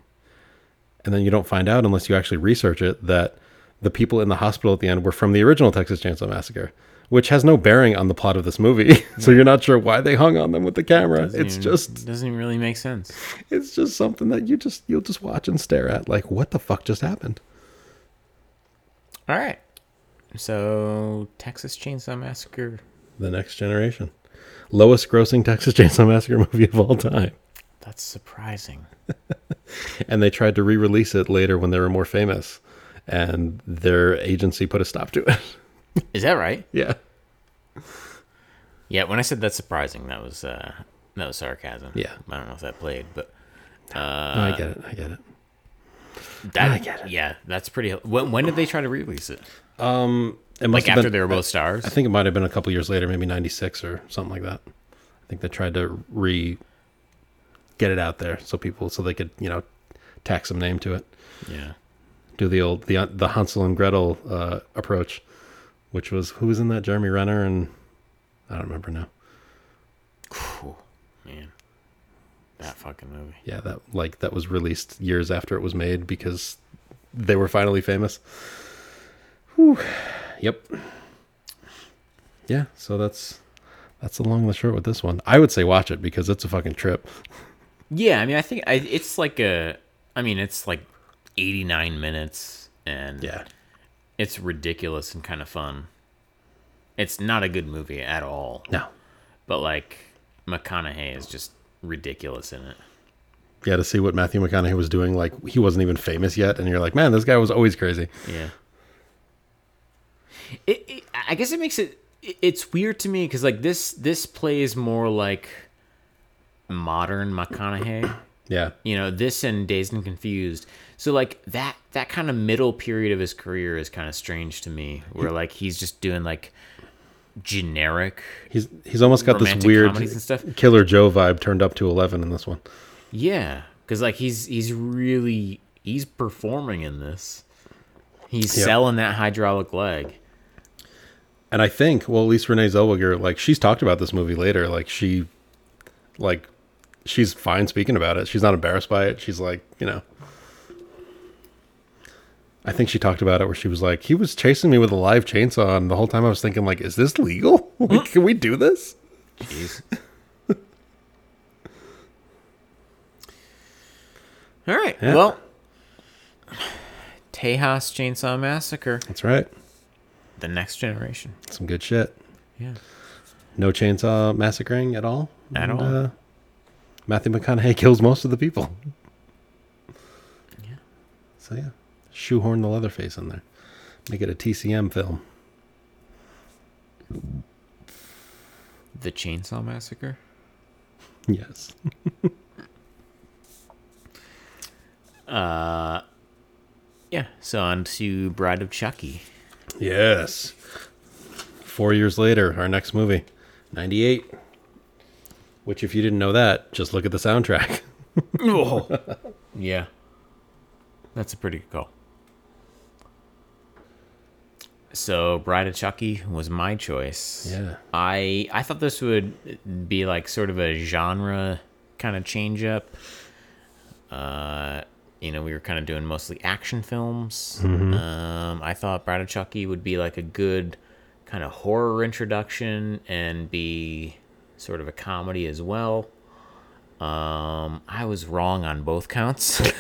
And then you don't find out unless you actually research it that the people in the hospital at the end were from the original Texas Chainsaw Massacre, which has no bearing on the plot of this movie. so you're not sure why they hung on them with the camera.
Doesn't
It's
even-
just
doesn't even really make sense.
it's just something that you just you'll just watch and stare at like what the fuck just happened
All right. So Texas Chainsaw Massacre.
the next generation lowest grossing texas chainsaw massacre movie of all time
That's surprising.
and they tried to re-release it later when they were more famous and their agency put a stop to it
Is that right?
yeah
Yeah. When I said that's surprising, that was uh, that was sarcasm.
Yeah.
I don't know if that played, but
No, i get it i get it
that
I get it.
yeah, that's pretty. When, when did they try to re-release it?
it must
Like
have
after
been-
they were both stars.
i think it might have been a couple years later maybe 96 or something like that i think they tried to re get it out there so people so they could you know tack some name to it
yeah.
do the old the the Hansel and Gretel uh, approach, which was who was in that Jeremy Renner and I don't remember now.
Phew, man, that fucking movie.
Yeah, that like that was released years after it was made because they were finally famous. Whew. Yep. Yeah, so that's that's the long and the short with this one. I would say watch it because it's a fucking trip.
Yeah, I mean, I think I, it's like a. I mean, it's like eighty-nine minutes, and it's ridiculous and kind of fun. It's not a good movie at all,
No.
but like McConaughey is just ridiculous in it.
Yeah, to see what Matthew McConaughey was doing, like he wasn't even famous yet, and you're like, man, this guy was always crazy.
Yeah. It, it, I guess it makes it. it- It's weird to me because like this this plays more like modern McConaughey.
Yeah.
you know this and dazed and confused so like that that kind of middle period of his career is kind of strange to me where like he's just doing like generic
He's he's almost got this
romantic
weird
comedies and stuff.
Killer Joe vibe turned up to eleven in this one.
Yeah, because like he's he's really he's performing in this. He's
Yeah.
selling that hydraulic leg.
And I think, well, at least Renee Zellweger, like she's talked about this movie later. Like she, like she's fine speaking about it. She's not embarrassed by it. She's like, you know. I think she talked about it where she was like, he was chasing me with a live chainsaw, and the whole time I was thinking, like, is this legal? Like, can we do this?
Jeez. All right.
Yeah.
Well, Tejas Chainsaw Massacre,
That's right.
the next generation.
Some good shit.
Yeah.
No chainsaw massacring at all. uh,
At all.
Matthew McConaughey kills most of the people. Yeah. So yeah, shoehorn the Leatherface in there, make it a TCM film.
The Chainsaw Massacre.
Yes.
Yeah. So on to Bride of Chucky.
Yes. Four years later, our next movie, '98. Which, if you didn't know that, just look at the soundtrack.
Oh. yeah. That's a pretty good call. So Bride of Chucky was my choice.
Yeah.
I I thought this would be like sort of a genre kind of change up. Uh you know, we were kind of doing mostly action films. Um, I thought Bride of Chucky would be like a good kind of horror introduction and be sort of a comedy as well. Um, I was wrong on both counts.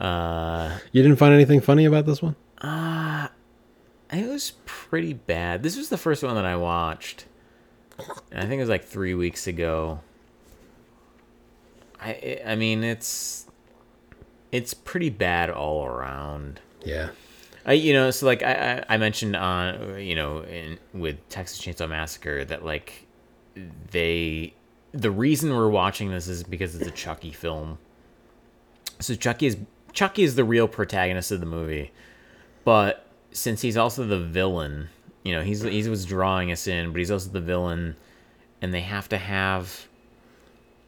You didn't find anything funny about this one?
it was pretty bad. This was the first one that I watched. And I think it was like three weeks ago. I I- I mean it's it's pretty bad all around.
Yeah.
I you know so like I I, I mentioned on you know in with Texas Chainsaw Massacre that like they the reason we're watching this is because it's a Chucky film. So Chucky is Chucky is the real protagonist of the movie, but since he's also the villain, you know he's he was drawing us in, but he's also the villain, and they have to have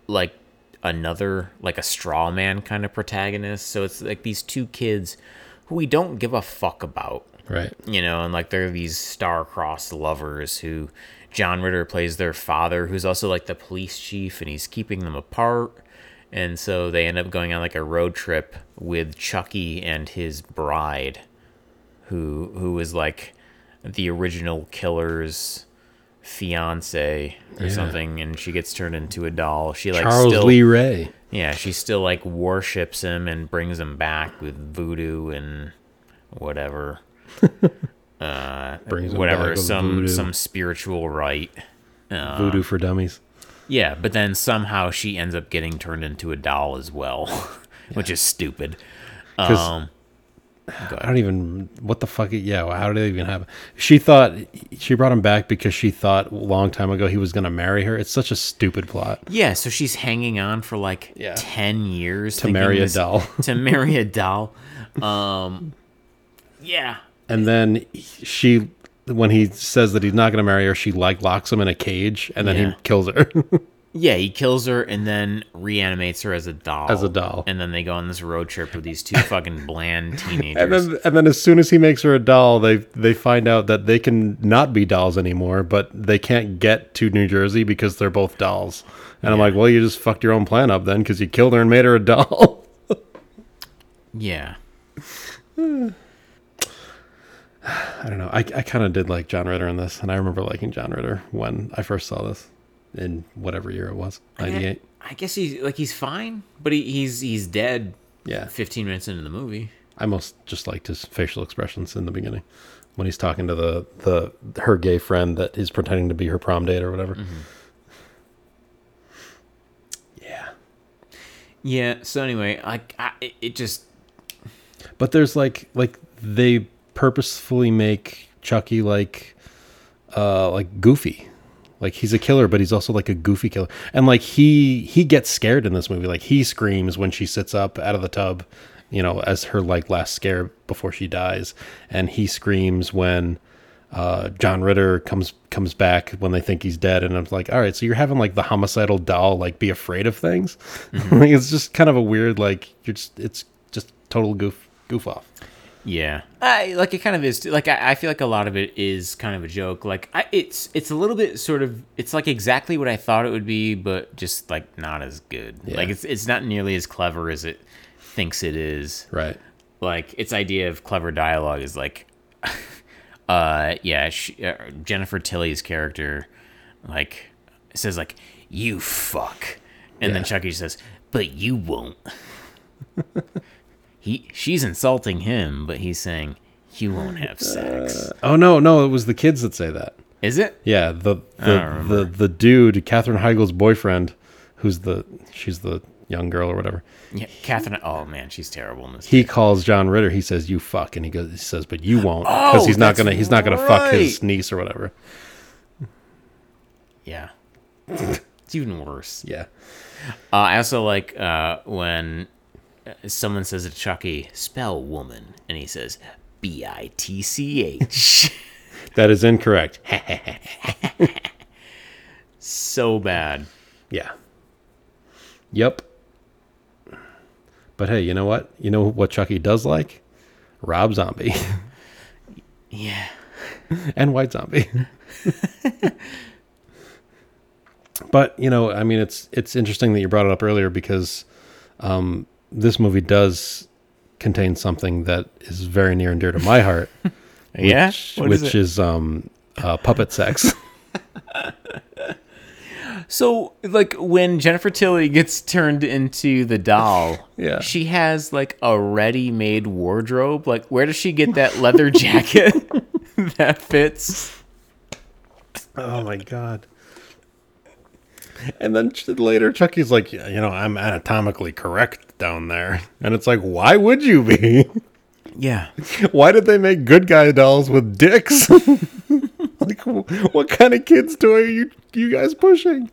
like another like a straw man kind of protagonist. So it's like these two kids who we don't give a fuck about
Right.
you know, and like they're these star-crossed lovers who John Ritter plays their father, who's also like the police chief, and he's keeping them apart. And so they end up going on like a road trip with Chucky and his bride, who who was like the original killer's fiance or
Yeah.
something, and she gets turned into a doll. She like
Charles
still,
Lee Ray.
yeah, she still like worships him and brings him back with voodoo and whatever
Brings him back
whatever
with
some
voodoo.
some uh, spiritual rite.
voodoo for dummies.
Yeah, but then somehow she ends up getting turned into a doll as well, which is stupid.
'Cause-
Um,
I don't even what the fuck. Yeah, well, how did it even happen? She thought she brought him back because she thought a long time ago he was gonna marry her. It's such a stupid plot.
yeah, so she's hanging on for like
Yeah.
ten years
To marry a
doll.
doll,
to marry a doll. Um, yeah,
and then she, when he says that he's not gonna marry her, she like locks him in a cage, and then
Yeah.
he kills her.
yeah, he kills her and then reanimates her as a doll.
As a doll.
and then they go on this road trip with these two fucking bland teenagers.
and then, and then as soon as he makes her a doll, they they find out that they can not be dolls anymore, but they can't get to New Jersey because they're both dolls. And I'm like, well, you just fucked your own plan up then, because you killed her and made her a doll.
yeah,
I don't know. I, I kind of did like John Ritter in this, and I remember liking John Ritter when I first saw this in whatever year it was, ninety eight.
I guess he's like he's fine, but he, he's he's dead.
Yeah,
15 minutes into the movie.
I most just liked his facial expressions in the beginning when he's talking to the the her gay friend that he's pretending to be her prom date or whatever. Yeah,
Yeah. So anyway, like I, it- it just
but there's like like they purposefully make Chucky like uh like goofy. Like he's a killer, but he's also like a goofy killer. And like he he gets scared in this movie. Like he screams when she sits up out of the tub, you know, as her like last scare before she dies. And he screams when Uh, John Ritter comes comes back when they think he's dead, and I'm like, all right, so you're having like the homicidal doll like be afraid of things. like it's just kind of a weird like you're just it's just total goof goof off.
Yeah, I, like it kind of is. Like I, I feel like a lot of it is kind of a joke. Like I, it's it's a little bit sort of it's like exactly what I thought it would be, but just like not as good. Like it's it's not nearly as clever as it thinks it is.
Right.
Like its idea of clever dialogue is like, uh, yeah, she, uh, Jennifer Tilly's character, like says like you fuck, and then
Yeah.
Chucky says, but you won't. he she's insulting him, but he's saying you won't have sex.
Oh no, no, it was the kids that say that.
Is it?
Yeah, the
don't
the
remember.
the, the dude, Catherine Heigl's boyfriend, who's the she's the young girl or whatever.
Yeah, Catherine. Oh man, she's terrible in this.
He calls John Ritter. He says, "You fuck," and he goes, he says, "But you won't," because
Oh,
he's not
that's
gonna he's not gonna fuck his
right.
niece or whatever.
yeah, it's even worse.
Yeah,
Uh, I also like uh, when uh, someone says to Chucky, "Spell woman," and he says, "B I T C H."
that is incorrect.
So bad.
yeah. Yep. But hey, you know what? You know what Chucky does like? Rob Zombie
Yeah.
and White Zombie. but you know, I mean, it's it's interesting that you brought it up earlier because um, this movie does contain something that is very near and dear to my heart.
yeah.
which,
What
which
is
is,
it?
um uh, puppet sex.
so like when Jennifer Tilly gets turned into the doll.
Yeah.
She has like a ready-made wardrobe. Like where does she get that leather jacket that fits?
oh my god. And then ch- later, Chucky's like, "Yeah, you know, I'm anatomically correct down there, and it's like, why would you be?
Yeah.
Why did they make good guy dolls with dicks? like, wh- what kind of kids toy are you you guys pushing?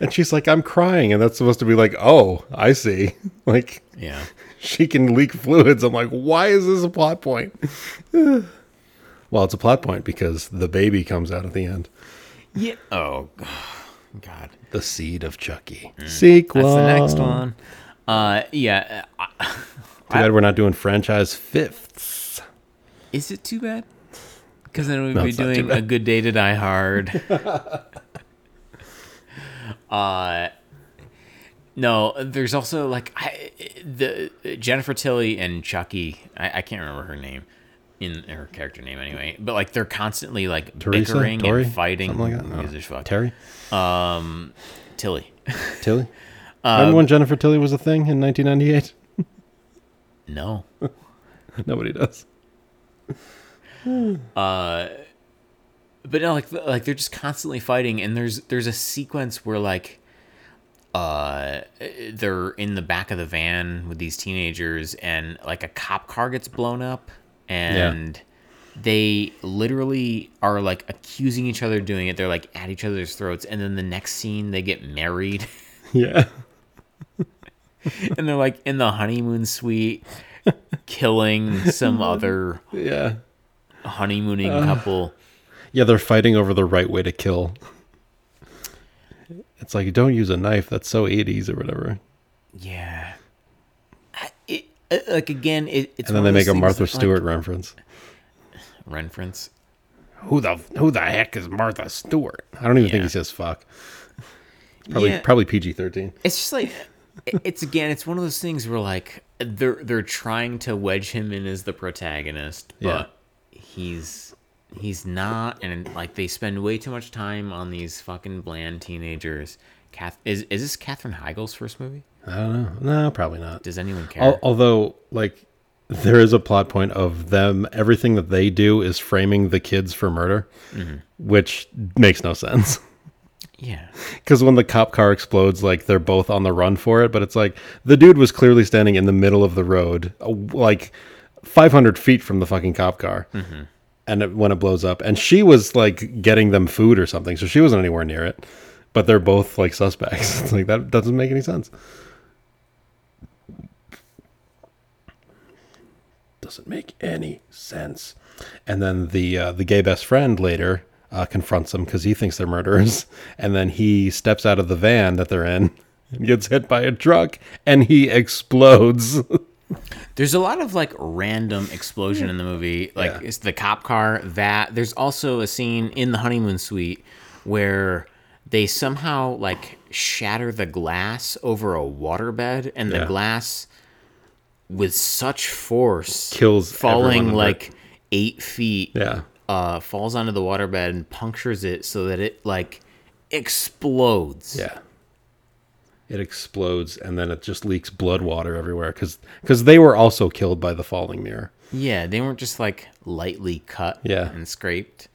And she's like, I'm crying, and that's supposed to be like, oh, I see. Like,
Yeah.
she can leak fluids. I'm like, why is this a plot point? well, it's a plot point because the baby comes out at the end.
Yeah. Oh god.
The seed of Chucky. Sequel.
Hmm. That's the next one. Uh yeah,
Too bad we're not doing franchise fifths.
Is it too bad? Because then we'd
No,
be
it's not too
doing
bad.
a good day to die hard. uh, no, there's also like I, the Jennifer Tilly and Chucky. I, I can't remember her name in her character name anyway. But like they're constantly like
Teresa?
bickering
Dory?
and fighting.
Something like that? Oh. No.
Who gives a fuck?
Terry?
Tilly.
Tilly?
Um,
Remember when Jennifer Tilly was a thing in 1998?
No.
Nobody does.
but no, like like they're just constantly fighting, and there's there's a sequence where like, uh, they're in the back of the van with these teenagers, and like a cop car gets blown up, and they literally are like accusing each other of doing it. They're like at each other's throats, and then the next scene they get married,
Yeah.
and they're like in the honeymoon suite, killing some other
Yeah.
honeymooning couple.
Yeah, they're fighting over the right way to kill. It's like, don't use a knife. That's so 80s or whatever.
Yeah. I- It, uh, like again, it, it's
And
one
then they
of
make
those
a
things
Martha
that, like,
Stewart reference.
reference.
who the who the heck is Martha Stewart? I don't even think
Yeah.
he says fuck. Probably
Yeah.
probably PG thirteen.
It's just like it- it's again, it's one of those things where like they're they're trying to wedge him in as the protagonist,
Yeah.
but he's he's not, and like they spend way too much time on these fucking bland teenagers. Kath, is is this Katherine Heigl's first movie?
I don't know. No, probably not.
Does anyone care?
Al- although, like, there is a plot point of them. Everything that they do is framing the kids for murder,
Mm-hmm.
which makes no sense.
Yeah,
Because when the cop car explodes, like they're both on the run for it. But it's like the dude was clearly standing in the middle of the road, uh, like 500 feet from the fucking cop car. And it, when it blows up, and she was like getting them food or something, so she wasn't anywhere near it. But they're both like suspects. It's like that doesn't make any sense. Doesn't make any sense. and then the uh, the gay best friend later uh, confronts him because he thinks they're murderers, and then he steps out of the van that they're in, and gets hit by a truck, and he explodes.
There's a lot of like random explosion in the movie. Like
Yeah.
it's the cop car that there's also a scene in the honeymoon suite where they somehow like shatter the glass over a waterbed and
Yeah.
the glass with such force
Kills everyone
falling
in
like eight feet
yeah,
uh falls onto the waterbed and punctures it so that it like explodes
yeah. It explodes, and then it just leaks blood water everywhere because because they were also killed by the falling mirror.
Yeah, they weren't just like lightly cut
Yeah.
and scraped.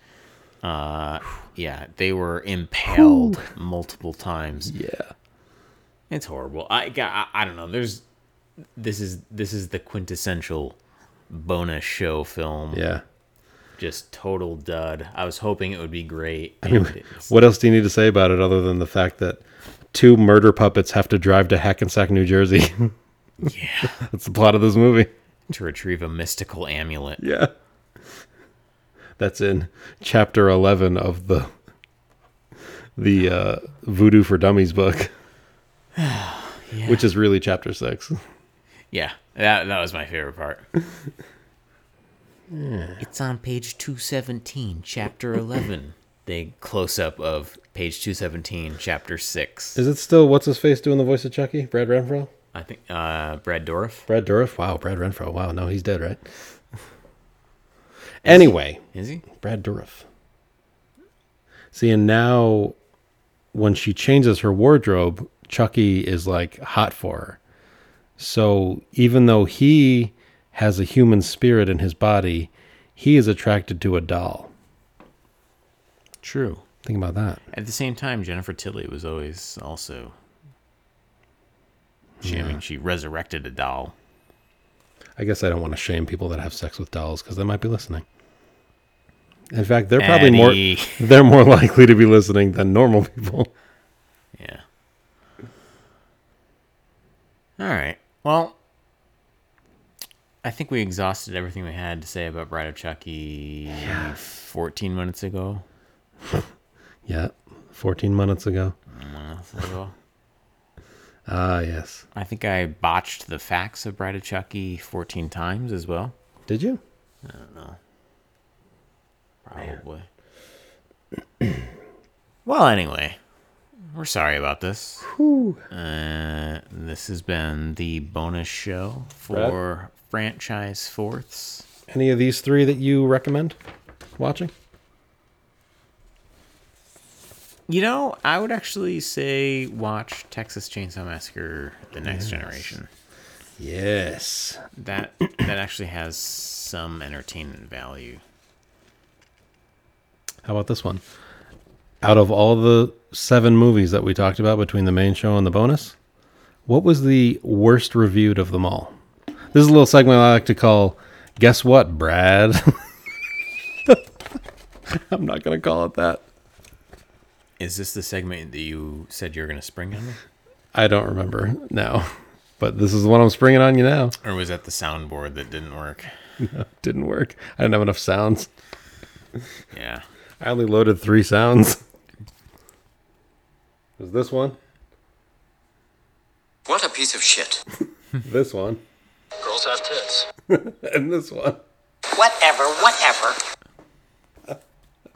Uh, yeah, they were impaled multiple times.
Yeah.
It's horrible. I, I I don't know. There's this is this is the quintessential bonus show film.
Yeah.
Just total dud. I was hoping it would be great. and it's-
What else do you need to say about it other than the fact that two murder puppets have to drive to Hackensack, New Jersey?
yeah,
That's the plot of this movie.
to retrieve a mystical amulet.
Yeah. That's in chapter 11 of the the uh, Voodoo for Dummies book, which is really chapter 6.
Yeah, that that was my favorite part. It's on page 217, chapter 11. the close up of page 217, chapter 6.
Is it still what's his face doing the voice of Chucky? Brad Renfro?
I think uh Brad Dorff.
Brad Dourif? Wow, Brad Renfro. Wow, no, he's dead, right? Anyway,
Is he?
Brad Dourif. See, and now when she changes her wardrobe, Chucky is like hot for her. So even though he has a human spirit in his body, he is attracted to a doll.
True.
Think about that.
At the same time, Jennifer Tilly was always also she, I mean, she resurrected a doll.
I guess I don't want to shame people that have sex with dolls because they might be listening. In fact, they're probably
Eddie.
more they're more likely to be listening than normal people.
Yeah. All right. Well, I think we exhausted everything we had to say about Bride of Chucky 14 minutes ago.
Yeah, 14 minutes ago.
months ago.
Ah, yes.
I think I botched the facts of Bride of Chucky 14 times as well.
Did you?
Probably. well, anyway, we're sorry about this. Uh, this has been the bonus show for franchise fourths.
Any of these three that you recommend watching?
You know, I would actually say watch Texas Chainsaw Massacre: The Next Generation.
Yes.
That that actually has some entertainment value.
How about this one? Out of all the seven movies that we talked about between the main show and the bonus, what was the worst reviewed of them all? This is a little segment I like to call Guess What, Brad? I'm not going to call it that.
Is this the segment that you said you were going to spring on me,
I don't remember now, but this is the one I'm springing on you now.
or was that the soundboard that didn't work?
Didn't work. I didn't have enough sounds.
Yeah.
I only loaded three sounds. Is this one?
What a piece of shit.
This one.
Girls have tits.
And this one.
Whatever, whatever.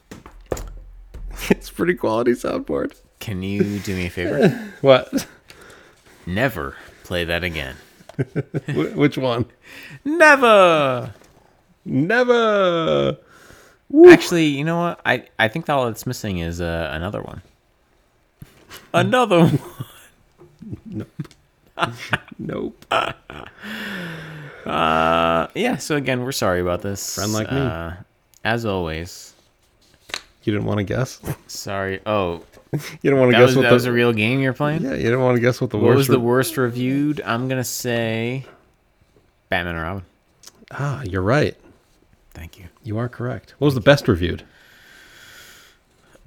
It's pretty quality soundboard.
Can you do me a favor?
What?
Never play that again.
Wh- Which one?
Never.
Never.
Actually, you know what? I I think all that's missing is uh, another one. Another one.
Nope.
Yeah. So again, we're sorry about this.
Friend like me.
Uh, as always,
You didn't want to guess.
sorry. Oh,
You didn't want to
that
guess
was
what
that
the
was a real game you're playing.
yeah. You didn't want to guess what the
what
worst
was the
re-
worst reviewed? I'm gonna say Batman and Robin.
ah. You're right.
Thank you.
You are correct. What was the best reviewed?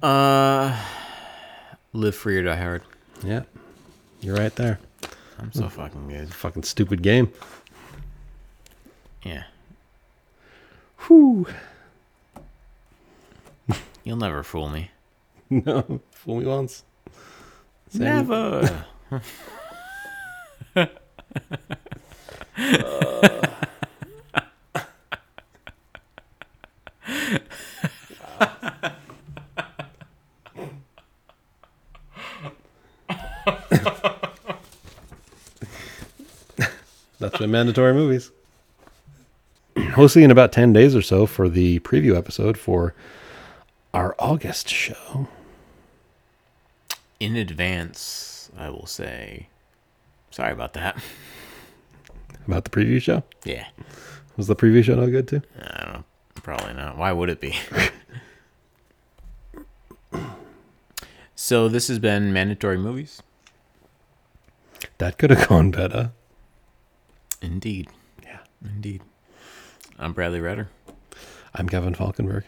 Uh, live free or die hard.
Yeah. You're right there.
I'm
Mm.
so fucking good.
Fucking stupid game.
Yeah.
Whew.
You'll never fool me.
No, fool me once. Same-
Never.
That's been mandatory movies. We'll see you in about 10 days or so for the preview episode for our August show.
In advance, I will say, sorry about that.
About the preview show?
Yeah,
Was the preview show no good too?
probably not. Why would it be? so this has been mandatory movies.
That could have gone better.
Indeed.
Yeah.
Indeed. I'm Bradley Rutter.
I'm Kevin Falkenberg.